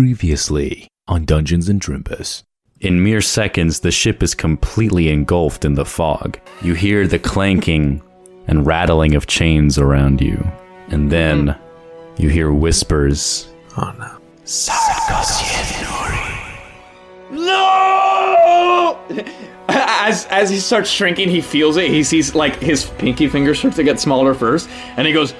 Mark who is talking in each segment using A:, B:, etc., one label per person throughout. A: Previously on Dungeons and Drimbus.
B: In mere seconds, the ship is completely engulfed in the fog. You hear the clanking and rattling of chains around you. And then you hear whispers.
C: Oh no.
D: No! Oh! As as he starts shrinking, he feels it. He sees like his pinky finger starts to get smaller first, and he goes,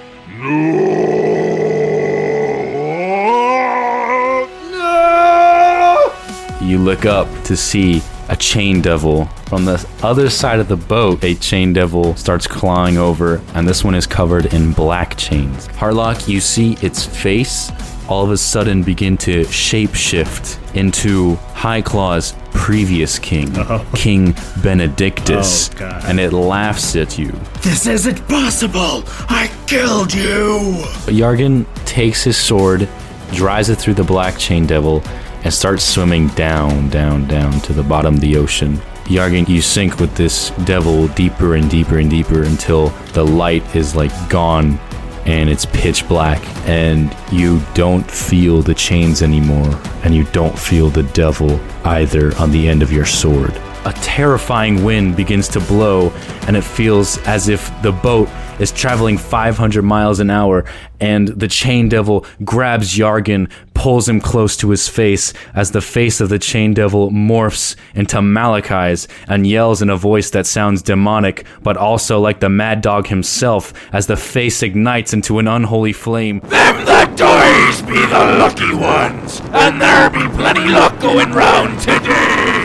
B: You look up to see a chain devil. From the other side of the boat, a chain devil starts clawing over, and this one is covered in black chains. Harlock, you see its face all of a sudden begin to shapeshift into High Claw's previous king, King Benedictus,
E: Oh, God.
B: and it laughs at you.
E: This isn't possible! I killed you!
B: Yargan takes his sword, drives it through the black chain devil, and starts swimming down, down, down to the bottom of the ocean. Yargan, you sink with this devil deeper and deeper and deeper until the light is like gone and it's pitch black and you don't feel the chains anymore and you don't feel the devil either on the end of your sword. A terrifying wind begins to blow and it feels as if the boat is traveling 500 miles an hour and the chain devil grabs Yargan, pulls him close to his face as the face of the chain devil morphs into Malachi's and yells in a voice that sounds demonic but also like the mad dog himself as the face ignites into an unholy flame.
F: Them that dies be the lucky ones, and there be plenty luck going round today.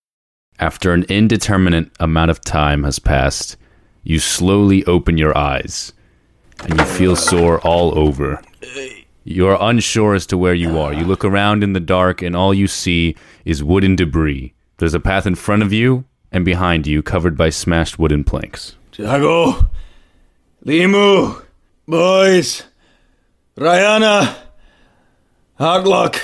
B: After an indeterminate amount of time has passed, you slowly open your eyes and you feel sore all over. You are unsure as to where you are. You look around in the dark and all you see is wooden debris. There's a path in front of you and behind you covered by smashed wooden planks.
F: Tiago, Limu, boys, Rihanna, Hoglock,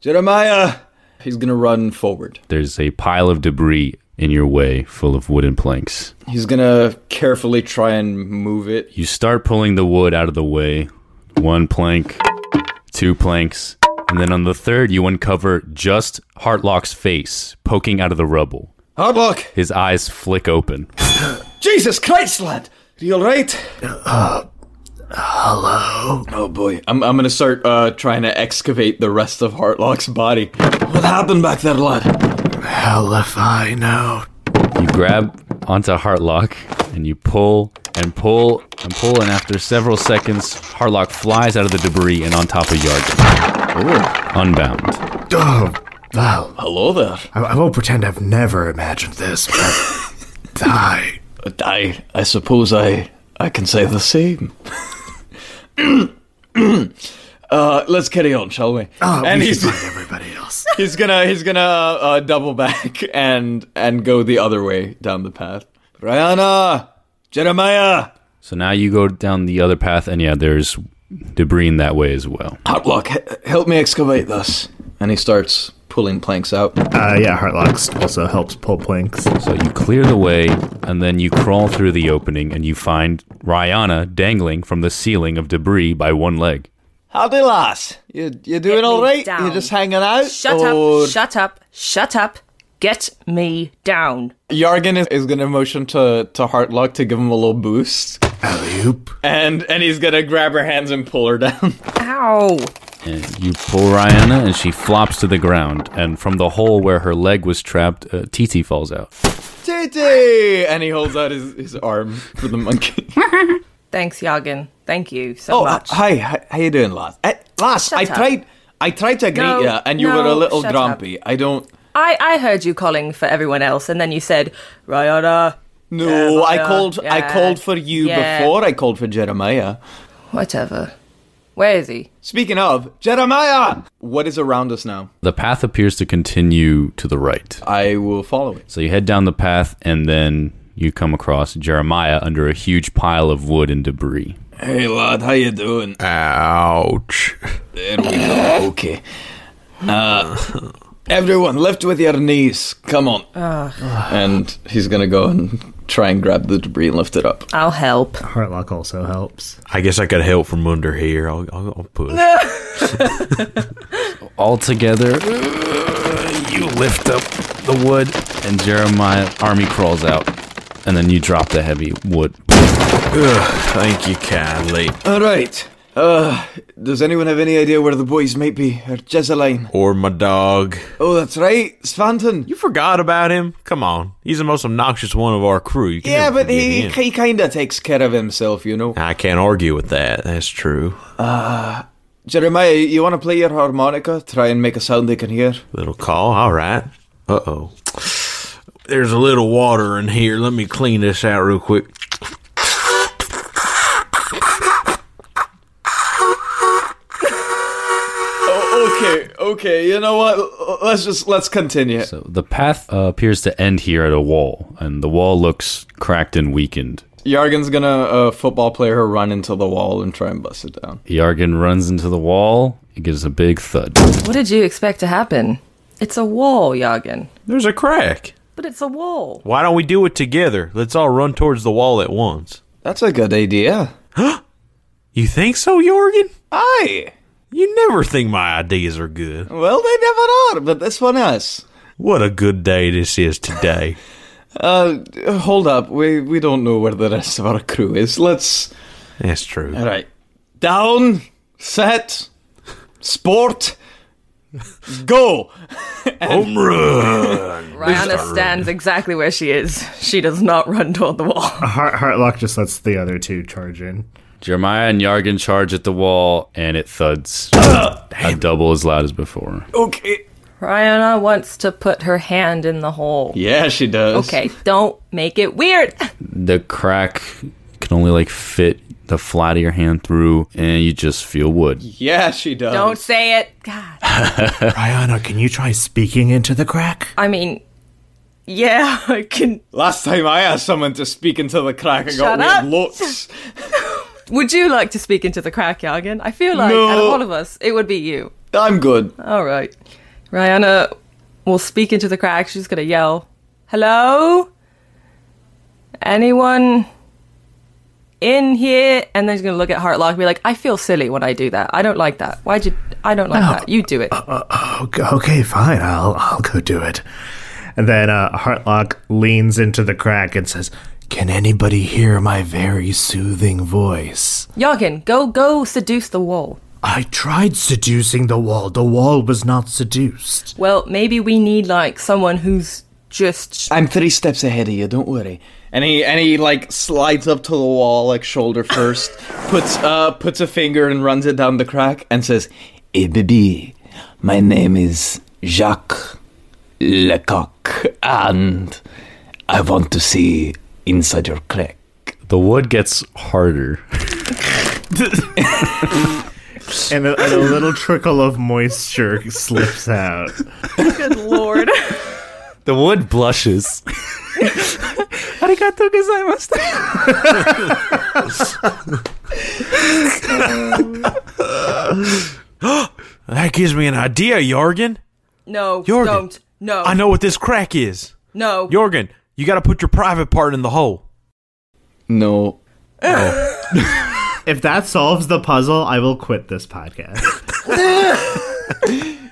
F: Jeremiah.
D: "He's gonna run forward.
B: There's a pile of debris in your way full of wooden planks.
D: He's gonna carefully try and move it."
B: You start pulling the wood out of the way. One plank, two planks, and then on the third, you uncover just Hartlock's face poking out of the rubble.
D: Hard luck.
B: His eyes flick open.
D: Jesus Christ, lad! Are you all right? Uh, hello. Oh boy, I'm I'm gonna start uh, trying to excavate the rest of Hartlock's body. What happened back there, lad?
C: Hell if I know.
B: You grab onto Hartlock and you pull and pull and pull, and after several seconds, Hartlock flies out of the debris and on top of Yarden. Unbound.
C: Oh, well,
D: Hello there.
C: I, I won't pretend I've never imagined this, but die.
D: I I suppose I I can say the same. uh, let's carry on, shall we?
C: Oh,
D: and
C: we
D: he's
C: should find everybody else.
D: he's gonna he's gonna uh, double back and and go the other way down the path. Rihanna, Jeremiah,
B: So now you go down the other path, and yeah, there's debris in that way as well.
D: Hotlock, h- help me excavate this. And he starts pulling planks out.
G: Uh, yeah, Heartlocks also helps pull planks.
B: So you clear the way, and then you crawl through the opening, and you find Rihanna dangling from the ceiling of debris by one leg.
D: Howdy, lass. You you
H: Get
D: doing
H: me
D: all right?
H: down.
D: You just hanging out?
H: Shut
D: or-
H: up, shut up, shut up. Get me down.
D: Yargan is, is gonna motion to to Heartlock to give him a little boost,
C: Alley-oop.
D: and and he's gonna grab her hands and pull her down.
H: Ow.
B: And you pull Rihanna, and she flops to the ground, and from the hole where her leg was trapped, uh, Titi falls out.
D: Titi, and he holds out his, his arm for the monkey.
H: Thanks, Yagen. Thank you so
D: oh,
H: much.
D: hi, hi, how you doing, lass? Eh, lass,
H: Shut
D: I
H: up.
D: tried I tried to greet
H: No,
D: you, and you were
H: no,
D: a little
H: shut up.
D: grumpy. I don't.
H: I, I heard you calling for everyone else, and then you said, Rihanna.
D: No,
H: Yeah,
D: I
H: yeah,
D: called. I
H: yeah,
D: called for you
H: yeah.
D: before I called for Jeremiah.
H: Whatever. Where is he?
D: Speaking of Jeremiah, what is around us now?
B: The path appears to continue to the right.
D: I will follow it.
B: So you head down the path, and then you come across Jeremiah under a huge pile of wood and debris.
D: Hey lad, how you doing?
E: Ouch.
D: There we go. Okay. Uh, everyone, lift with your knees. Come on. And he's gonna go and try and grab the debris and lift it up.
H: I'll help.
G: Heartlock also helps.
E: I guess I got help from under here. I'll, I'll, I'll push.
B: All together, you lift up the wood, and Jeremiah army crawls out, and then you drop the heavy wood.
E: Thank you kindly.
D: All right. Uh, does anyone have any idea where the boys might be? Or Jezeline?
E: Or my dog.
D: Oh, that's right, Svanton.
E: You forgot about him? Come on. He's the most obnoxious one of our crew. You can
D: Yeah,
E: never
D: but he,
E: forget him.
D: he kind of takes care of himself, you know. Uh,
E: I can't argue with that. That's true.
D: Jeremiah, you want to play your harmonica? Try and make a sound they can hear.
E: Little call. All right. Uh oh. There's a little water in here. Let me clean this out real quick.
D: Oh, Okay, okay. You know what? Let's just let's continue.
B: So the path uh, appears to end here at a wall, and the wall looks cracked and weakened.
D: Yargan's gonna uh, football player run into the wall and try and bust it down.
B: Yargan runs into the wall. It gives a big thud.
H: What did you expect to happen? It's a wall, Yagen.
E: There's a crack.
H: But it's a wall.
E: Why don't we do it together? Let's all run towards the wall at once.
D: That's a good idea.
E: You think so, Jorgen?
D: Aye.
E: You never think my ideas are good.
D: Well, they never are, but this one is.
E: What a good day this is today.
D: Uh, hold up. We we don't know where the rest of our crew is. Let's.
E: That's true.
D: All right. Down. Set. Sport. Go.
E: Home run.
H: Rihanna stands exactly where she is. She does not run toward the wall.
G: Heart- Heartlock just lets the other two charge in.
B: Jeremiah and Yargan charge at the wall, and it thuds. a double as loud as before.
D: Okay.
H: Rihanna wants to put her hand in the hole.
D: Yeah, she does.
H: Okay, don't make it weird.
B: The crack can only like fit the flat of your hand through, and you just feel wood.
D: Yeah, she does.
H: Don't say it. God.
G: Rihanna, can you try speaking into the crack?
H: I mean, yeah, I can.
D: Last time I asked someone to speak into the crack, I
H: Shut
D: got
H: up.
D: weird looks.
H: Would you like to speak into the crack, Yagen? I feel like
D: No.
H: out of all of us, it would be you.
D: I'm good.
H: All right. Rihanna will speak into the crack. She's going to yell, Hello? Anyone in here? And then she's going to look at Heartlock and be like, I feel silly when I do that. I don't like that. Why'd you? I don't like that. You do it.
G: Okay, okay, fine. I'll I'll go do it. And then uh, Heartlock leans into the crack and says, "Can anybody hear my very soothing voice?"
H: Yagen, go, go seduce the wall.
G: I tried seducing the wall. The wall was not seduced.
H: Well, maybe we need like someone who's just.
D: I'm three steps ahead of you. Don't worry. And he and he like slides up to the wall like shoulder first, puts uh puts a finger and runs it down the crack and says, "Hey baby, my name is Jacques Lecoq, and I want to see inside your crack."
B: The wood gets harder.
G: And a, and a little trickle of moisture slips out.
H: Good lord.
B: The wood blushes.
E: That gives me an idea, Jorgen.
H: No,
E: Jorgen,
H: don't. No.
E: I know what this crack is.
H: No.
E: Jorgen, you got to put your private part in the hole.
D: No.
I: if that solves the puzzle, I will quit this podcast.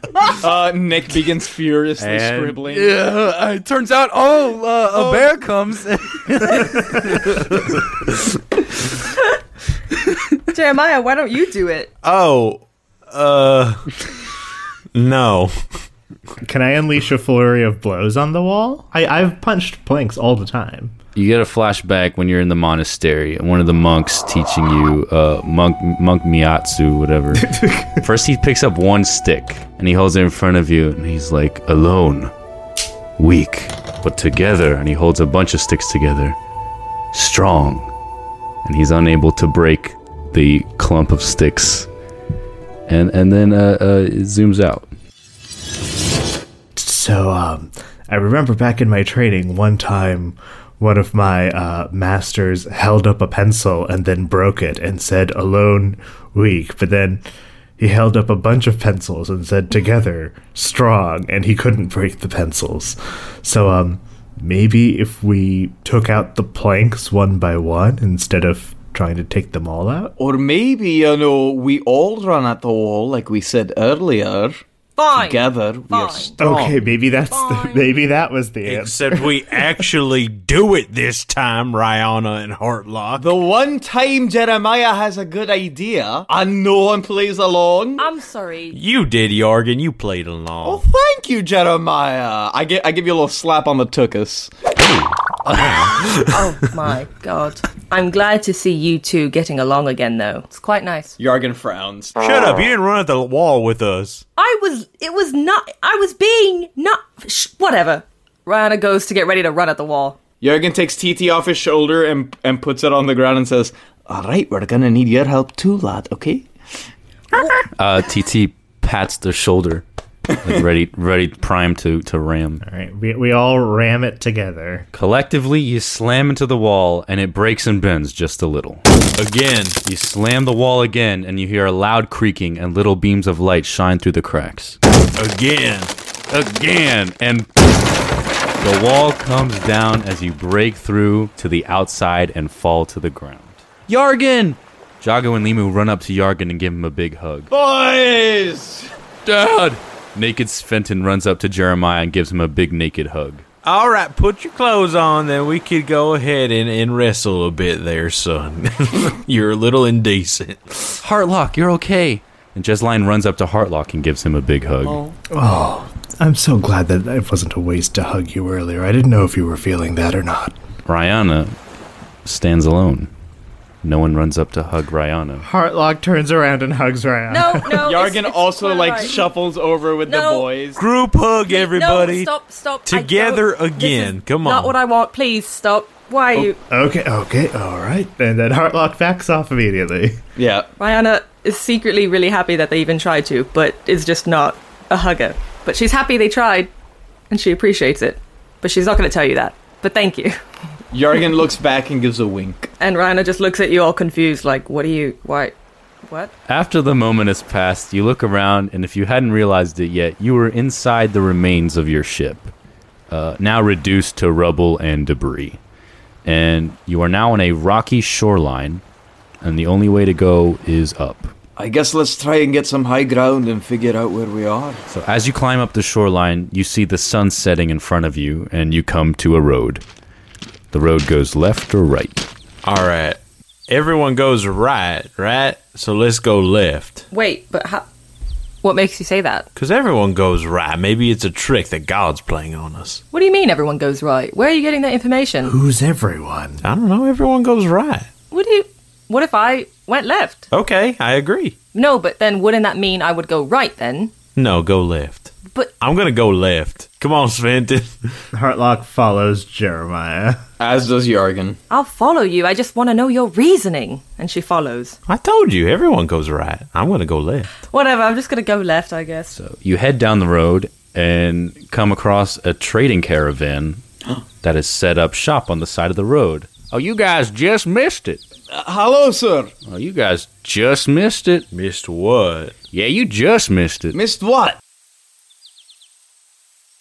D: uh, Nick begins furiously
I: And-
D: scribbling.
J: Yeah, it turns out, oh, uh, a bear comes.
H: Jeremiah, why don't you do it?
E: Oh, uh, no.
I: Can I unleash a flurry of blows on the wall? I, I've punched planks all the time.
B: You get a flashback when you're in the monastery, and one of the monks teaching you uh, monk monk miatsu, whatever. First, he picks up one stick and he holds it in front of you, and he's like, "Alone, weak, but together." And he holds a bunch of sticks together, strong, and he's unable to break the clump of sticks. And and then uh, uh, it zooms out.
G: So, um, I remember back in my training, one time, one of my uh, masters held up a pencil and then broke it and said, alone, weak. But then he held up a bunch of pencils and said, together, strong, and he couldn't break the pencils. So, um, maybe if we took out the planks one by one instead of trying to take them all out?
D: Or maybe, you know, we all run at the wall like we said earlier.
H: Fine.
D: Together, we are strong.
G: Okay, maybe that's the, maybe that was the answer.
E: Except we actually do it this time, Rihanna and Heartlock.
D: The one time Jeremiah has a good idea and no one plays along.
H: I'm sorry.
E: You did, Jorgen. You played along.
D: Oh, Thank you, Jeremiah. I get, I give you a little slap on the tuchus.
H: oh my god. I'm glad to see you two getting along again, though. It's quite nice.
D: Yargan frowns.
E: Shut up. You didn't run at the wall with us.
H: I was. It was not. I was being not. Sh- whatever. Rihanna goes to get ready to run at the wall.
D: Jurgen takes TT off his shoulder and and puts it on the ground and says, "All right, we're gonna need your help too, lad. Okay."
B: Uh, TT pats the shoulder, like ready ready primed to to ram.
I: All right, we, we all ram it together.
B: Collectively, you slam into the wall and it breaks and bends just a little.
E: Again.
B: You slam the wall again and you hear a loud creaking and little beams of light shine through the cracks.
E: Again.
B: Again. And the wall comes down as you break through to the outside and fall to the ground. Yargan! Jago and Limu run up to Yargan and give him a big hug.
D: Boys!
B: Dad! Naked Fenton runs up to Jeremiah and gives him a big naked hug.
E: All right, put your clothes on, then we could go ahead and, and wrestle a bit there, son. You're a little indecent.
B: Heartlock, you're okay. And Jesline runs up to Heartlock and gives him a big hug.
G: Oh, I'm so glad that it wasn't a waste to hug you earlier. I didn't know if you were feeling that or not.
B: Rihanna stands alone. No one runs up to hug Rihanna.
I: Heartlock turns around and hugs Ryan.
H: No, no.
D: Yargan
H: it's, it's
D: also
H: quite
D: like
H: alright.
D: shuffles over with
H: No.
D: the boys.
E: Group hug,
H: No, stop, stop. I
E: Together
H: don't- this
E: again.
H: is
E: Come
H: Not
E: on. Oh.
H: what I want. Please stop. Why are you?
G: Okay, okay, all right. And then Heartlock backs off immediately.
D: Yeah.
H: Rihanna is secretly really happy that they even tried to, but is just not a hugger. But she's happy they tried, and she appreciates it. But she's not going to tell you that. But thank you.
D: Yargan looks back and gives a wink.
H: And Rihanna just looks at you all confused, like, "What are you? Why? What?"
B: After the moment has passed, you look around, and if you hadn't realized it yet, you were inside the remains of your ship, uh, now reduced to rubble and debris. And you are now on a rocky shoreline, and the only way to go is up.
D: I guess let's try and get some high ground and figure out where we are.
B: So as you climb up the shoreline, you see the sun setting in front of you, and you come to a road. The road goes left or right.
E: All right. Everyone goes right, right? So let's go left.
H: Wait, but how? What makes you say that?
E: Because everyone goes right. Maybe it's a trick that God's playing on us.
H: What do you mean everyone goes right? Where are you getting that information?
G: Who's everyone?
E: I don't know. Everyone goes right.
H: What do you? What if I went left?
E: Okay, I agree.
H: No, but then wouldn't that mean I would go right then?
E: No, go left.
H: But-
E: I'm going to go left. Come on, Sventon.
I: Heartlock follows Jeremiah.
D: As does Yargan.
H: I'll follow you. I just want to know your reasoning. And she follows.
E: I told you, everyone goes right. I'm going to go left.
H: Whatever. I'm just gonna go left, I guess.
B: You head down the road and come across a trading caravan that has set up shop on the side of the road. Oh, you guys just missed it.
E: Uh,
D: hello, sir.
B: Oh, you guys just missed it.
E: Missed what?
B: Yeah, you just missed it.
D: Missed what?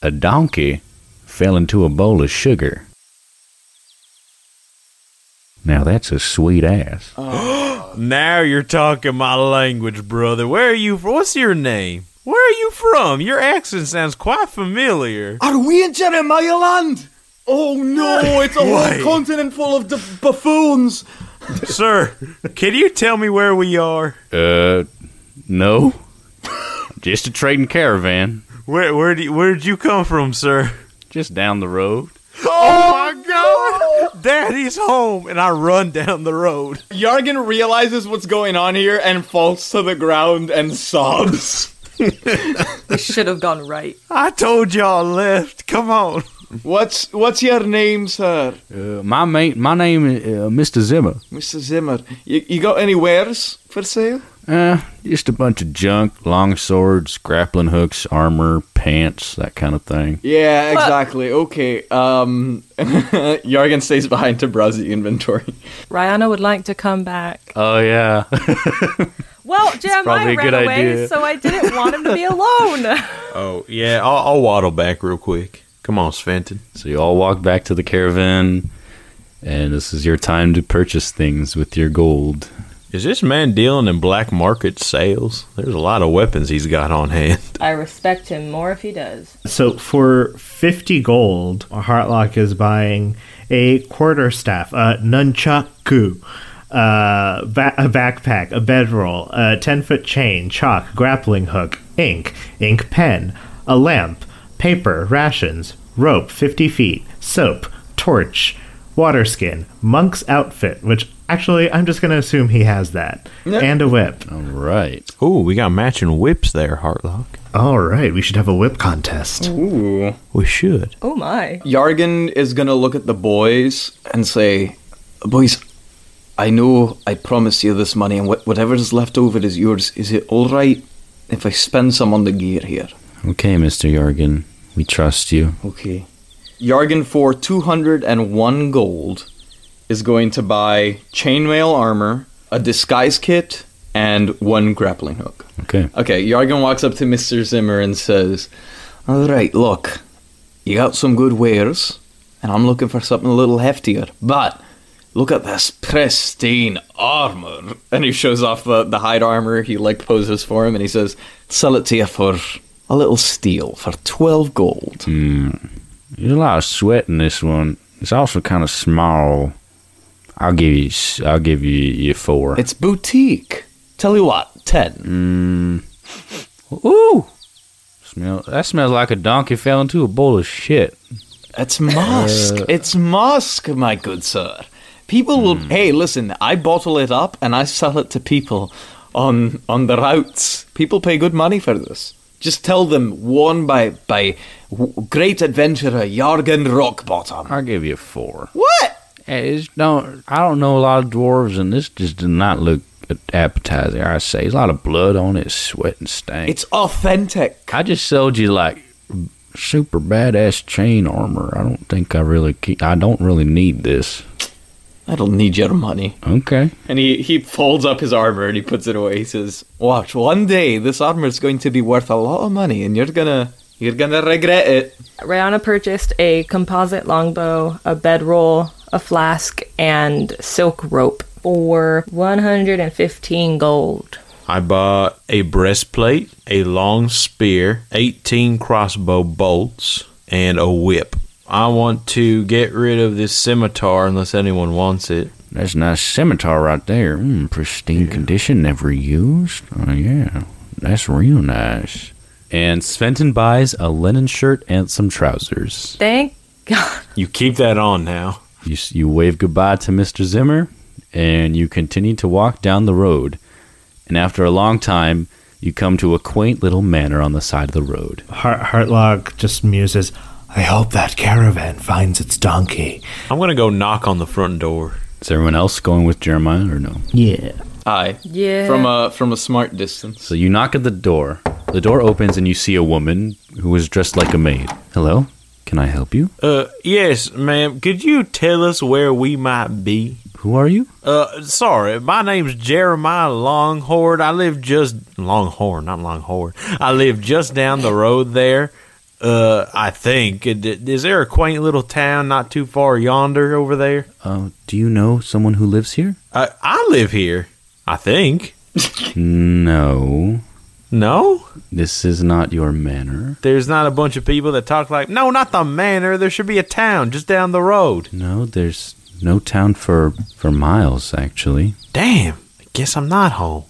B: A donkey fell into a bowl of sugar. Now that's a sweet ass.
D: Oh.
E: now you're talking my language, brother. Where are you from? What's your name? Where are you from? Your accent sounds quite familiar.
D: Are we in Jeremiah land? Oh no, it's a
E: Why?
D: whole continent full of d- buffoons.
E: Sir, can you tell me where we are?
B: Uh, no. Just a trading caravan.
E: Where where do you, where'd you come from, sir?
B: Just down the road.
E: Oh my god! Daddy's home, and I run down the road.
D: Yargan realizes what's going on here and falls to the ground and sobs.
H: We should have gone right.
E: I told y'all left. Come on.
D: What's what's your name, sir?
B: Uh, my mate, my name is uh, Mr. Zimmer.
D: Mr. Zimmer, you, you got any wares for sale?
B: Uh, just a bunch of junk, long swords, grappling hooks, armor, pants, that kind of thing.
D: Yeah, exactly. Okay. Um Yargan stays behind to browse the inventory.
H: Rihanna would like to come back.
B: Oh yeah.
H: Well, Jeremiah
E: probably a
H: ran
E: good
H: away,
E: idea.
H: so I didn't want him to be alone.
E: Oh yeah, I'll, I'll waddle back real quick. Come on, Sventon.
B: So you all walk back to the caravan, and this is your time to purchase things with your gold.
E: Is this man dealing in black market sales? There's a lot of weapons he's got on hand.
H: I respect him more if he does.
I: So for 50 gold, Heartlock is buying a quarterstaff, a nunchaku, uh, ba- a backpack, a bedroll, a 10 foot chain, chalk, grappling hook, ink, ink pen, a lamp, paper, rations, rope 50 feet, soap, torch, water skin, monk's outfit, which actually I'm just going to assume he has that, and a whip.
B: All right.
E: Ooh, we got matching whips there, Heartlock.
I: All right, we should have a whip contest.
D: Ooh.
E: We should.
H: Oh my.
D: Yargan is gonna look at the boys and say, "Boys, I know I promised you this money, and wh- whatever's left over is yours. Is it all right if I spend some on the gear here?"
B: Okay, Mister Yargan, we trust you.
D: Okay. Yargan for 201 gold is going to buy chainmail armor, a disguise kit, and one grappling hook.
B: Okay.
D: Okay, Yargan walks up to Mr. Zimmer and says, All right, look, you got some good wares, and I'm looking for something a little heftier, but look at this pristine armor. And he shows off the, the hide armor he like poses for him, and he says, Sell it to you for a little steal, for 12 gold.
B: Hmm. There's a lot of sweat in this one. It's also kind of small. I'll give you. s- I'll give you you four.
D: It's boutique. Tell you what, ten.
B: Mm. Ooh. Smell. That smells like a donkey fell into a bowl of shit.
D: That's Musk.
B: Uh,
D: it's Musk, my good sir. People
B: Hmm.
D: will. Hey, listen. I bottle it up and I sell it to people on on the routes. People pay good money for this. Just tell them worn by by w- great adventurer Jorgen Rockbottom.
B: I'll give you four.
D: What?
B: It's don't. I don't know a lot of dwarves, and this just did not look appetizing. I say, There's a lot of blood on it, sweat and stank.
D: It's authentic.
B: I just sold you like super badass chain armor. I don't think I really. Keep, I don't really need this.
D: I don't need your money.
B: Okay.
D: And he, he folds up his armor and he puts it away. He says, "Watch, one day this armor is going to be worth a lot of money, and you're gonna you're gonna regret it."
H: Rihanna purchased a composite longbow, a bedroll, a flask, and silk rope for 115 gold.
E: I bought a breastplate, a long spear, 18 crossbow bolts, and a whip. I want to get rid of this scimitar unless anyone wants it.
B: That's a nice scimitar right there. Mm, pristine condition, never used. Oh yeah, that's real nice.
K: And Sventon buys a linen shirt and some trousers.
H: Thank
E: You keep that on now.
K: You, s- you wave goodbye to Mr. Zimmer,
B: and you continue to walk down the road. And after a long time, you come to a quaint little manor on the side of the road.
G: Heart- Heartlock just muses, I hope that caravan finds its donkey.
E: I'm going to go knock on the front door.
B: Is everyone else going with Jeremiah or no?
G: Yeah.
D: Aye.
H: Yeah.
D: From a from a smart distance.
B: So you knock at the door. The door opens and you see a woman who is dressed like a maid. Hello? Can I help you?
E: Uh, yes, ma'am. Could you tell us where we might be?
B: Who are you?
E: Uh, sorry. My name's Jeremiah Longhorn. I live just Longhorn, not Longhorn. I live just down the road there. Uh, I think. Uh, d- Is there a quaint little town not too far yonder over there?
B: Uh, do you know someone who lives here?
E: I, I live here, I think.
B: No.
E: No?
B: This is not your manor.
E: There's not a bunch of people that talk like, no, not the manor. There should be a town just down the road.
B: No, there's no town for for miles actually.
E: Damn. I guess I'm not home.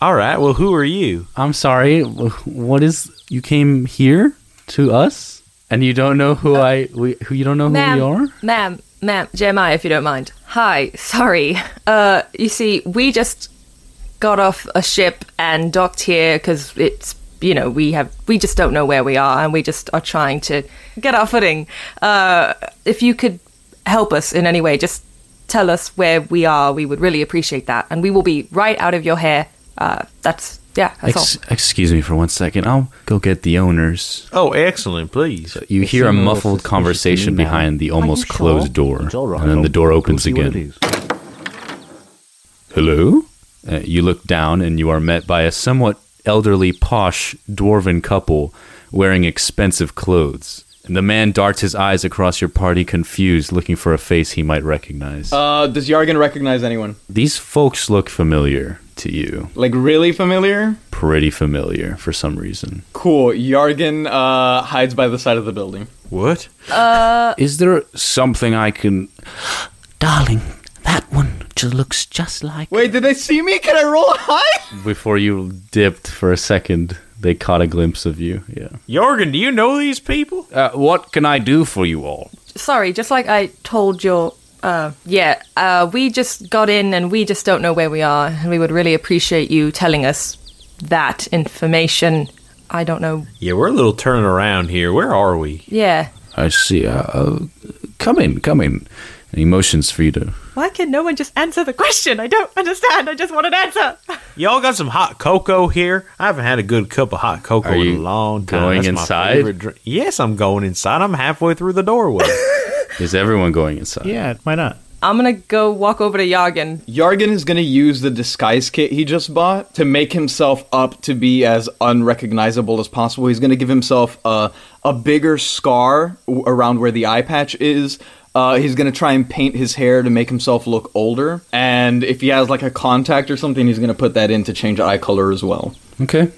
E: All right. Well, who are you?
B: I'm sorry. wh- What is you came here to us and you don't know who I we, who you don't know who we are?
H: Ma'am, ma'am, ma'am, Jeremiah, if you don't mind. Hi, sorry. Uh, you see, we just got off a ship and docked here because it's you know we have we just don't know where we are and we just are trying to get our footing. Uh, if you could help us in any way, just tell us where we are. We would really appreciate that, and we will be right out of your hair. Uh, that's yeah, that's
B: Ex-
H: all.
B: excuse me for one second. I'll go get the owners.
E: Oh, excellent. Please.
B: You hear a muffled conversation behind the almost closed door, and then the door opens again. Hello? Uh, you look down and you are met by a somewhat elderly, posh, dwarven couple wearing expensive clothes. And the man darts his eyes across your party, confused, looking for a face he might recognize.
D: Uh, does Yargan recognize anyone?
B: These folks look familiar to you.
D: Like really familiar?
B: Pretty familiar for some reason.
D: Cool. Yargan uh, hides by the side of the building.
E: What?
H: Uh,
B: Is there something I can. Darling, that one just looks just like.
D: Wait, did they see me? Can I roll high?
B: Before you dipped for a second, they caught a glimpse of you. Yeah.
E: Jorgen, do you know these people?
B: Uh, what can I do for you all?
H: sorry, just like I told your. Uh, yeah, uh, we just got in and we just don't know where we are, and we would really appreciate you telling us that information. I don't know.
E: Yeah, we're a little turning around here. Where are we?
H: Yeah.
B: I see. Uh, uh, come in, come in. And he motions for you to.
H: Why can no one just answer the question? I don't understand. I just want an answer.
E: Y'all got some hot cocoa here? I haven't had a good cup of hot cocoa
B: Are you
E: in a long time.
B: going
E: my
B: inside?
E: favorite drink. Yes, I'm going inside. I'm halfway through the doorway.
B: Is everyone going inside?
L: Yeah, why not?
H: I'm gonna go walk over to Yargan.
D: Yargan is gonna use the disguise kit he just bought to make himself up to be as unrecognizable as possible. He's gonna give himself a a bigger scar w- around where the eye patch is. Uh, he's gonna try and paint his hair to make himself look older, and if he has like a contact or something, he's gonna put that in to change eye color as well.
B: Okay.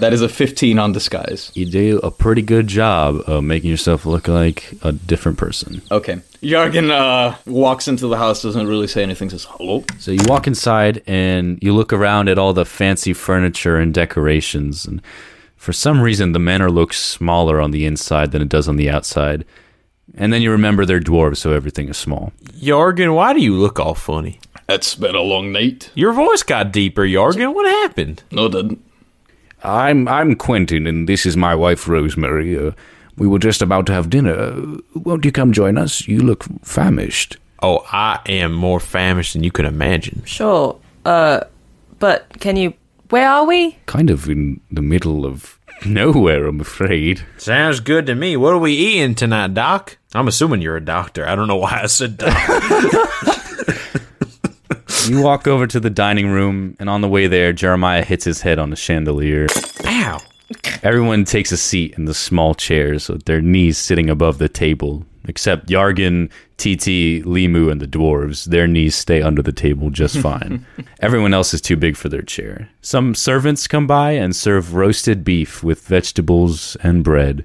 D: That is a 15 on disguise.
B: You do a pretty good job of making yourself look like a different person.
D: Okay. Yargan uh, walks into the house, doesn't really say anything, says hello.
B: So you walk inside and you look around at all the fancy furniture and decorations. And for some reason, the manor looks smaller on the inside than it does on the outside. And then you remember they're dwarves, so everything is small.
E: Jorgen, why do you look all funny?
D: It's been a long night.
E: Your voice got deeper, Jorgen. What happened?
D: No, it didn't.
A: I'm I'm Quentin, and this is my wife Rosemary. Uh, we were just about to have dinner. Uh, Won't you come join us? You look famished.
E: Oh, I am more famished than you can imagine.
H: Sure. Uh, but can you? Where are we?
A: Kind of in the middle of nowhere, I'm afraid.
E: Sounds good to me. What are we eating tonight, Doc? I'm assuming you're a doctor. I don't know why I said doc.
B: You walk over to the dining room, and on the way there, Jeremiah hits his head on a chandelier.
E: Ow.
B: Everyone takes a seat in the small chairs with their knees sitting above the table, except Yargan, TT, Limu, and the dwarves. Their knees stay under the table just fine. Everyone else is too big for their chair. Some servants come by and serve roasted beef with vegetables and bread.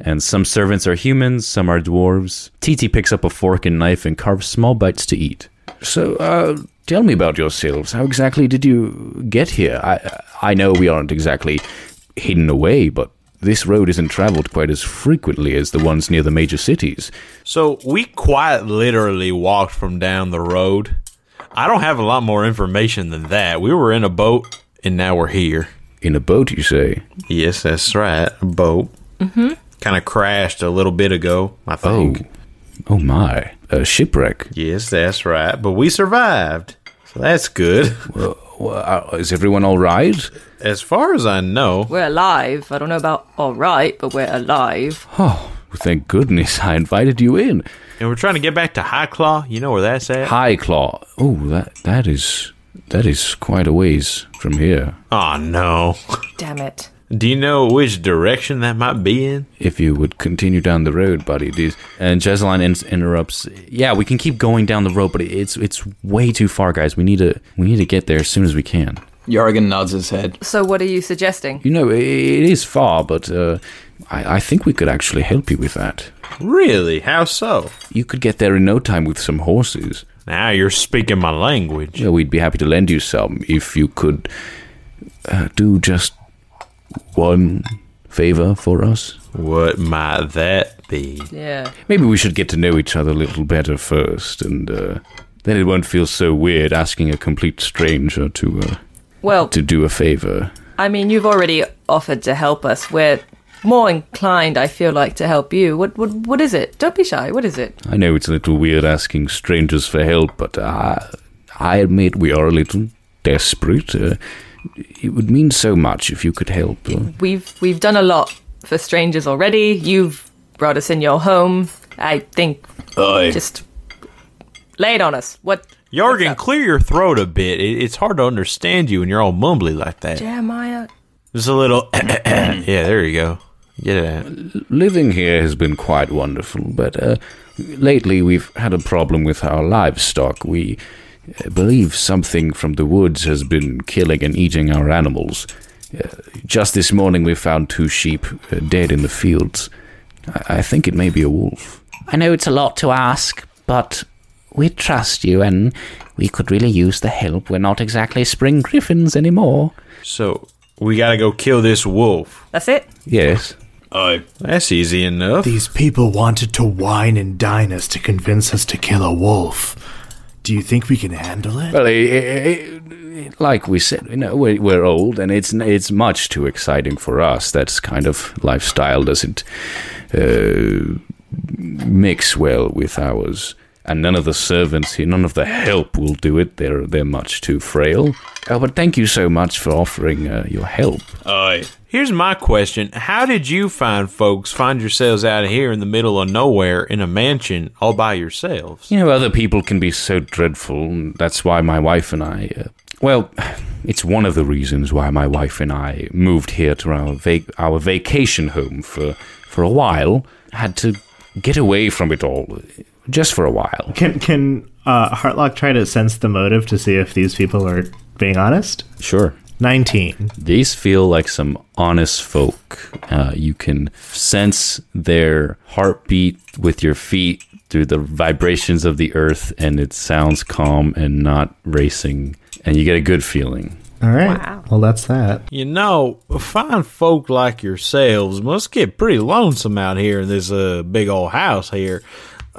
B: And some servants are humans, some are dwarves. TT picks up a fork and knife and carves small bites to eat.
A: So, uh, tell me about yourselves. How exactly did you get here? I I know we aren't exactly hidden away, but this road isn't traveled quite as frequently as the ones near the major cities.
E: So we quite literally walked from down the road. I don't have a lot more information than that. We were in a boat and now we're here.
A: In a boat, you say?
E: Yes, that's right. A boat.
A: Mm-hmm.
E: Kind of crashed a little bit ago, I think.
A: Oh my, a shipwreck.
E: Yes, that's right. But we survived. So that's good.
A: Well, Uh, is everyone all right?
E: As far as I know,
H: We're alive. I don't know about all right, but we're alive.
A: Oh, thank goodness I invited you in.
E: and we're trying to get back to High Claw. You know where that's at?
A: High Claw. Oh, that that is that is quite a ways from here.
E: Oh no.
H: Damn it.
E: Do you know which direction that might be in?
A: If you would continue down the road, buddy. These
K: And Jezeline in- interrupts. Yeah, we can keep going down the road, but it's it's way too far, guys. We need to we need to get there as soon as we can.
D: Yargan nods his head.
H: So, what are you suggesting?
A: You know, i it is far, but uh, I, I think we could actually help you with that.
E: Really? How so?
A: You could get there in no time with some horses.
E: Now you're speaking my language.
A: Yeah, we'd be happy to lend you some if you could uh, do just one favor for us.
E: What might that be?
H: Yeah.
A: Maybe we should get to know each other a little better first, and uh, then it won't feel so weird asking a complete stranger to uh,
H: Well,
A: to do a favor.
H: I mean, you've already offered to help us. We're more inclined, I feel like, to help you. What, what, what is it? Don't be shy. What is it?
A: I know it's a little weird asking strangers for help, but I, I admit we are a little desperate. Uh, it would mean so much if you could help. Uh,
H: We've we've done a lot for strangers already. You've brought us in your home. I think
E: Aye.
H: just lay it on us. What,
E: Yargan, clear your throat a bit. It, it's hard to understand you when you're all mumbly like that.
H: Jeremiah?
E: Just a little. yeah, there you go. Get it out.
A: living here has been quite wonderful, but uh, lately we've had a problem with our livestock. We uh, believe something from the woods has been killing and eating our animals. Uh, just this morning we found two sheep uh, dead in the fields. I-, I think it may be a wolf.
M: I know it's a lot to ask, but we trust you and we could really use the help. We're not exactly spring griffins anymore.
E: So we gotta go kill this wolf.
H: That's it.
A: Yes.
E: Oh, that's easy enough.
G: These people wanted to wine and dine us to convince us to kill a wolf. Do you think we can handle it?
A: Well, i i i like we said, you know, we're, we're old, and it's it's much too exciting for us. That's kind of lifestyle doesn't uh, mix well with ours. And none of the servants here, none of the help will do it. They're they're much too frail. Oh, but thank you so much for offering uh, your help.
E: Aye. Here's my question: How did you find folks find yourselves out here in the middle of nowhere in a mansion all by yourselves?
A: You know, other people can be so dreadful. and That's why my wife and I. Uh, well, it's one of the reasons why my wife and I moved here to our vac- our vacation home for for a while. Had to get away from it all, just for a while.
I: Can can uh, Heartlock try to sense the motive to see if these people are being honest?
K: Sure.
I: 19.
K: These feel like some honest folk. Uh, you can sense their heartbeat with your feet through the vibrations of the earth, and it sounds calm and not racing, and you get a good feeling.
I: All right. Well, that's that.
E: You know, fine folk like yourselves must get pretty lonesome out here in this uh, big old house here.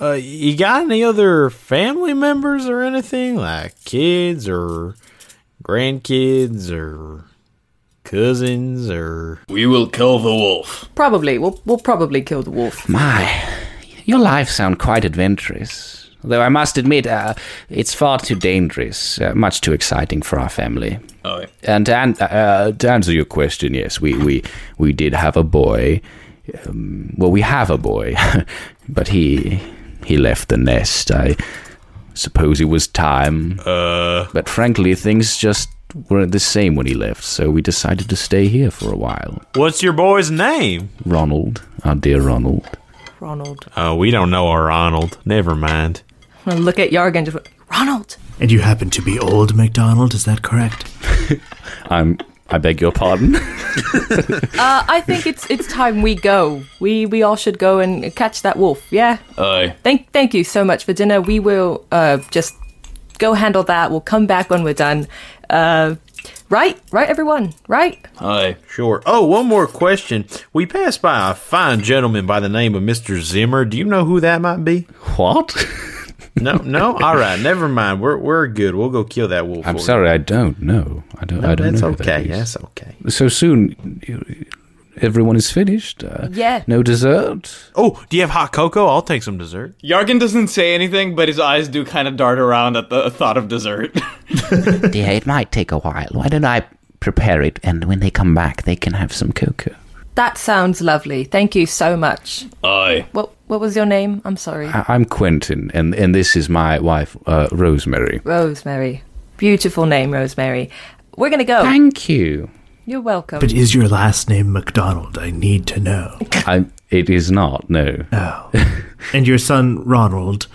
E: Uh, you got any other family members or anything like kids or grandkids or cousins or? We will kill the wolf.
H: Probably. We'll we'll probably kill the wolf.
M: My, your lives sound quite adventurous. Though I must admit, uh, it's far too dangerous, uh, much too exciting for our family.
E: Oh, yeah.
A: And to, an- uh, to answer your question, yes, we we we did have a boy. Um, well, we have a boy, but he he left the nest. I suppose it was time.
E: Uh.
A: But frankly, things just weren't the same when he left, so we decided to stay here for a while.
E: What's your boy's name?
A: Ronald, our dear Ronald.
H: Ronald.
E: Oh, we don't know a Ronald. Never mind.
H: I'm gonna look at Yargan. Just like, Ronald.
G: And you happen to be old McDonald, is that correct?
K: I'm. I beg your pardon.
H: Uh, I think it's it's time we go. We we all should go and catch that wolf. Yeah.
E: Aye.
H: Thank thank you so much for dinner. We will uh, just go handle that. We'll come back when we're done. Uh, right, right, everyone, right.
E: Aye. Sure. Oh, one more question. We passed by a fine gentleman by the name of Mr. Zimmer. Do you know who that might be?
K: What?
E: no, no. All right, never mind. We're we're good. We'll go kill that wolf.
A: I'm
E: for you.
A: sorry, I don't know. I don't.
E: No,
A: I don't
E: that's
A: know. who that
E: okay.
A: is.
E: That's okay.
A: So soon, you- everyone is finished. Uh,
D: Yeah.
A: No dessert.
E: Oh, do you have hot cocoa? I'll take some dessert.
D: Yargan doesn't say anything, but his eyes do kind of dart around at the thought of dessert.
M: Dear, it might take a while. Why don't I prepare it and when they come back, they can have some cocoa?
H: That sounds lovely. Thank you so much.
E: Aye.
H: What what was your name? I'm sorry,
A: I- I'm Quentin, and and this is my wife, uh, Rosemary.
H: Rosemary. Beautiful name, Rosemary. We're gonna go.
M: Thank you.
H: You're welcome.
G: But is your last name McDonald? I need to know.
A: I, it is not, no.
G: Oh. and your son Ronald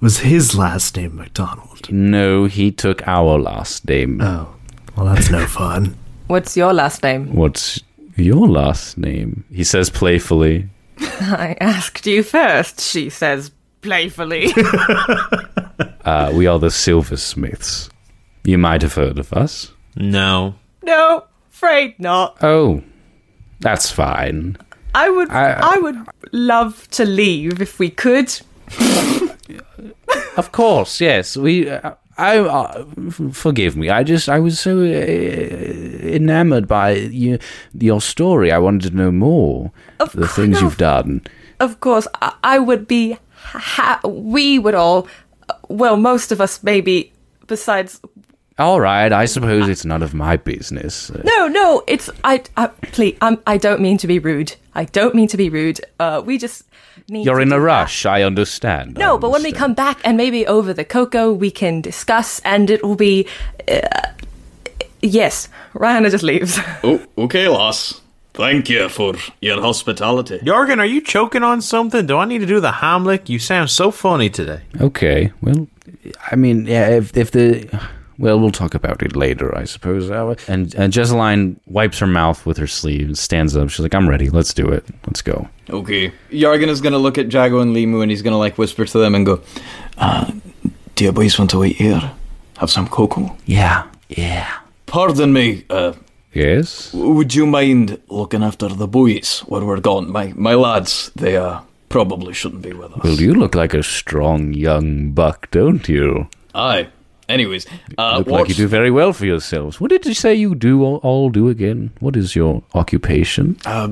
G: was his last name McDonald.
A: No, he took our last name.
G: Oh, well, that's no fun.
H: What's your last name?
A: What's your last name?
K: He says playfully.
H: I asked you first, she says playfully.
A: Uh, we are the silversmiths. You might have heard of us.
E: No.
H: no, afraid not.
A: Oh, that's fine.
H: I would I, would love to leave if we could.
A: Of course, yes. We. Uh, I uh, f- forgive me. I just I was so uh, enamored by you, your story. I wanted to know more of the things you've done.
H: Of course, I, I would be. Ha- we would all, well, most of us maybe, besides
A: All right, I suppose it's none of my business. Uh,
H: No, no, it's I. I please, I'm, I don't mean to be rude. I don't mean to be rude. Uh, we just need.
A: You're
H: to
A: in
H: do-
A: a rush. I understand.
H: No, but when we come back and maybe over the cocoa, we can discuss, and it will be. Uh, yes, Rihanna just leaves.
N: Oh, okay, lass. Thank you for your hospitality.
E: Jorgen, are you choking on something? Do I need to do the Heimlich? You sound so funny today.
A: Okay. Well, I mean, yeah. If if the well, we'll talk about it later, I suppose. Uh,
K: And and Jesseline wipes her mouth with her sleeve and stands up. She's like, "I'm ready. Let's do it. Let's go."
D: Okay.
N: Yargan
D: is gonna look at Jago and Limu and he's gonna like whisper to them and go, uh,
N: Do you boys want to wait here? Have some cocoa?
A: Yeah. Yeah.
N: Pardon me, uh.
A: Yes?
N: Would you mind looking after the boys when we're gone? My my lads, they, uh, probably shouldn't be with us.
A: Well, you look like a strong young buck, don't you?
N: Aye. Anyways, uh,
A: Look
N: watch-
A: like you do very well for yourselves. What did you say you do all, all do again? What is your occupation?
N: Uh,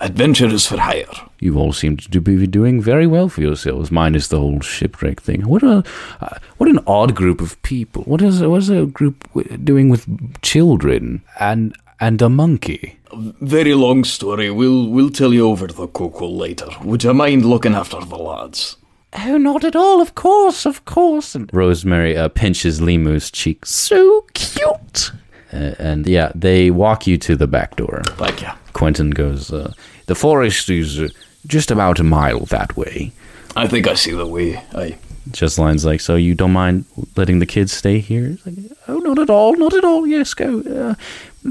N: adventurers for hire.
A: You all seem to be doing very well for yourselves, minus the whole shipwreck thing. What a uh, what an odd group of people. What is what is a group w- doing with children and and a monkey?
N: Very long story. We'll we'll tell you over the cocoa later. Would you mind looking after the lads?
M: Oh, not at all. Of course, of course. And
K: Rosemary uh, pinches Limu's cheeks,
M: so cute.
K: uh, and yeah, they walk you to the back door.
N: Thank you.
K: Quentin goes, uh,
A: The forest is uh, just about a mile that way.
N: I think I see the way. Aye.
K: Jesseline's like, "So you don't mind letting the kids stay here?" It's like,
M: Oh, not at all. Not at all. Yes, go. Uh,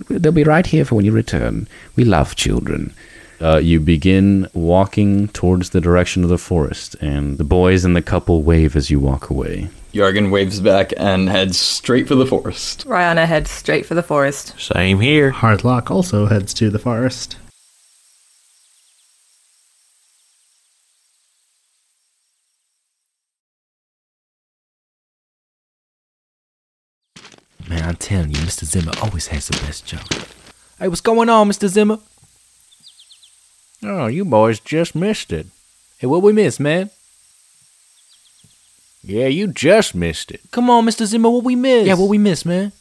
M: they'll be right here for when you return. We love children.
K: Uh, you begin walking towards the direction of the forest, and the boys and the couple wave as you walk away.
D: Yargan waves back and heads straight for the forest.
H: Rihanna heads straight for the forest.
E: Same here.
I: Hardlock also heads to the forest.
O: Man, I'm telling you, Mr. Zimmer always has the best joke.
P: Hey, what's going on, Mr. Zimmer?
O: Oh, you boys just missed it.
P: Hey, what we miss, man?
O: Yeah, you just missed it.
P: Come on, Mr. Zimmer, what we miss? Yeah, what we miss, man?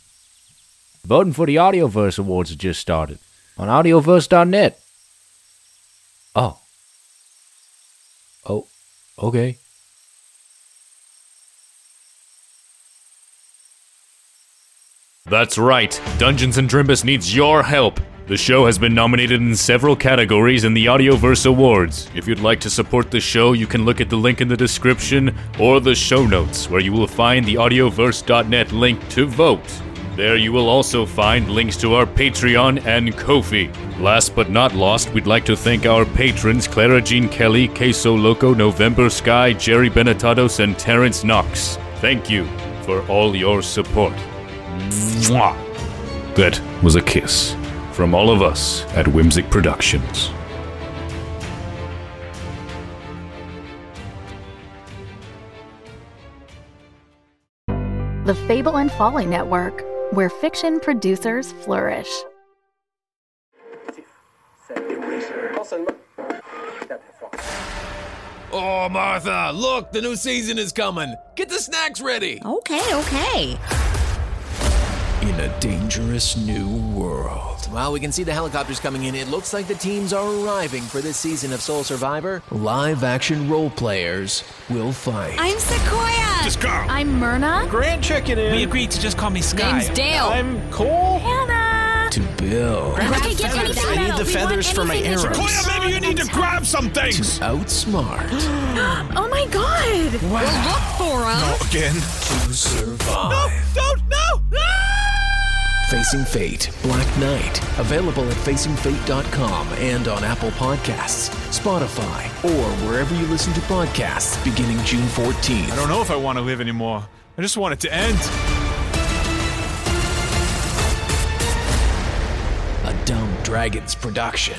O: Voting for the Audioverse Awards have just started on audioverse.net. Oh. Oh, okay.
Q: That's right, Dungeons and Drimbus needs your help. The show has been nominated in several categories in the Audioverse Awards. If you'd like to support the show, you can look at the link in the description or the show notes, where you will find the audioverse.net link to vote. There you will also find links to our Patreon and Kofi. Last but not lost, we'd like to thank our patrons Clara Jean Kelly, Queso Loco, November Sky, Jerry Benetados, and Terrence Knox. Thank you for all your support. Mwah. That was a kiss from all of us at Whimsic Productions.
R: The Fable and Folly Network, where fiction producers flourish.
S: Oh, Martha, look, the new season is coming. Get the snacks ready.
T: Okay, okay.
S: In a dangerous new world.
U: Well, we can see the helicopters coming in. It looks like the teams are arriving for this season of Soul Survivor. Live action role players will fight.
T: I'm Sequoia.
U: Just go.
R: I'm Myrna.
S: Grand Chicken in. We agreed to just call me
U: Sky.
T: Name's Dale.
S: I'm Cole.
R: Hannah.
U: to Bill.
E: Grab the feathers.
U: I need
E: We
U: the
E: want
U: feathers for my
E: anything
U: arrows.
E: that's Sequoia, maybe you need to grab some things.
U: To outsmart.
R: oh my god! We'll look for him.
U: Again. To survive.
E: Don't no. Ah!
U: Facing Fate, Black Knight. Available at facingfate.com and on Apple Podcasts, Spotify, or wherever you listen to podcasts beginning June 14th.
E: I don't know if I want to live anymore. I just want it to end.
U: A Dumb Dragons production.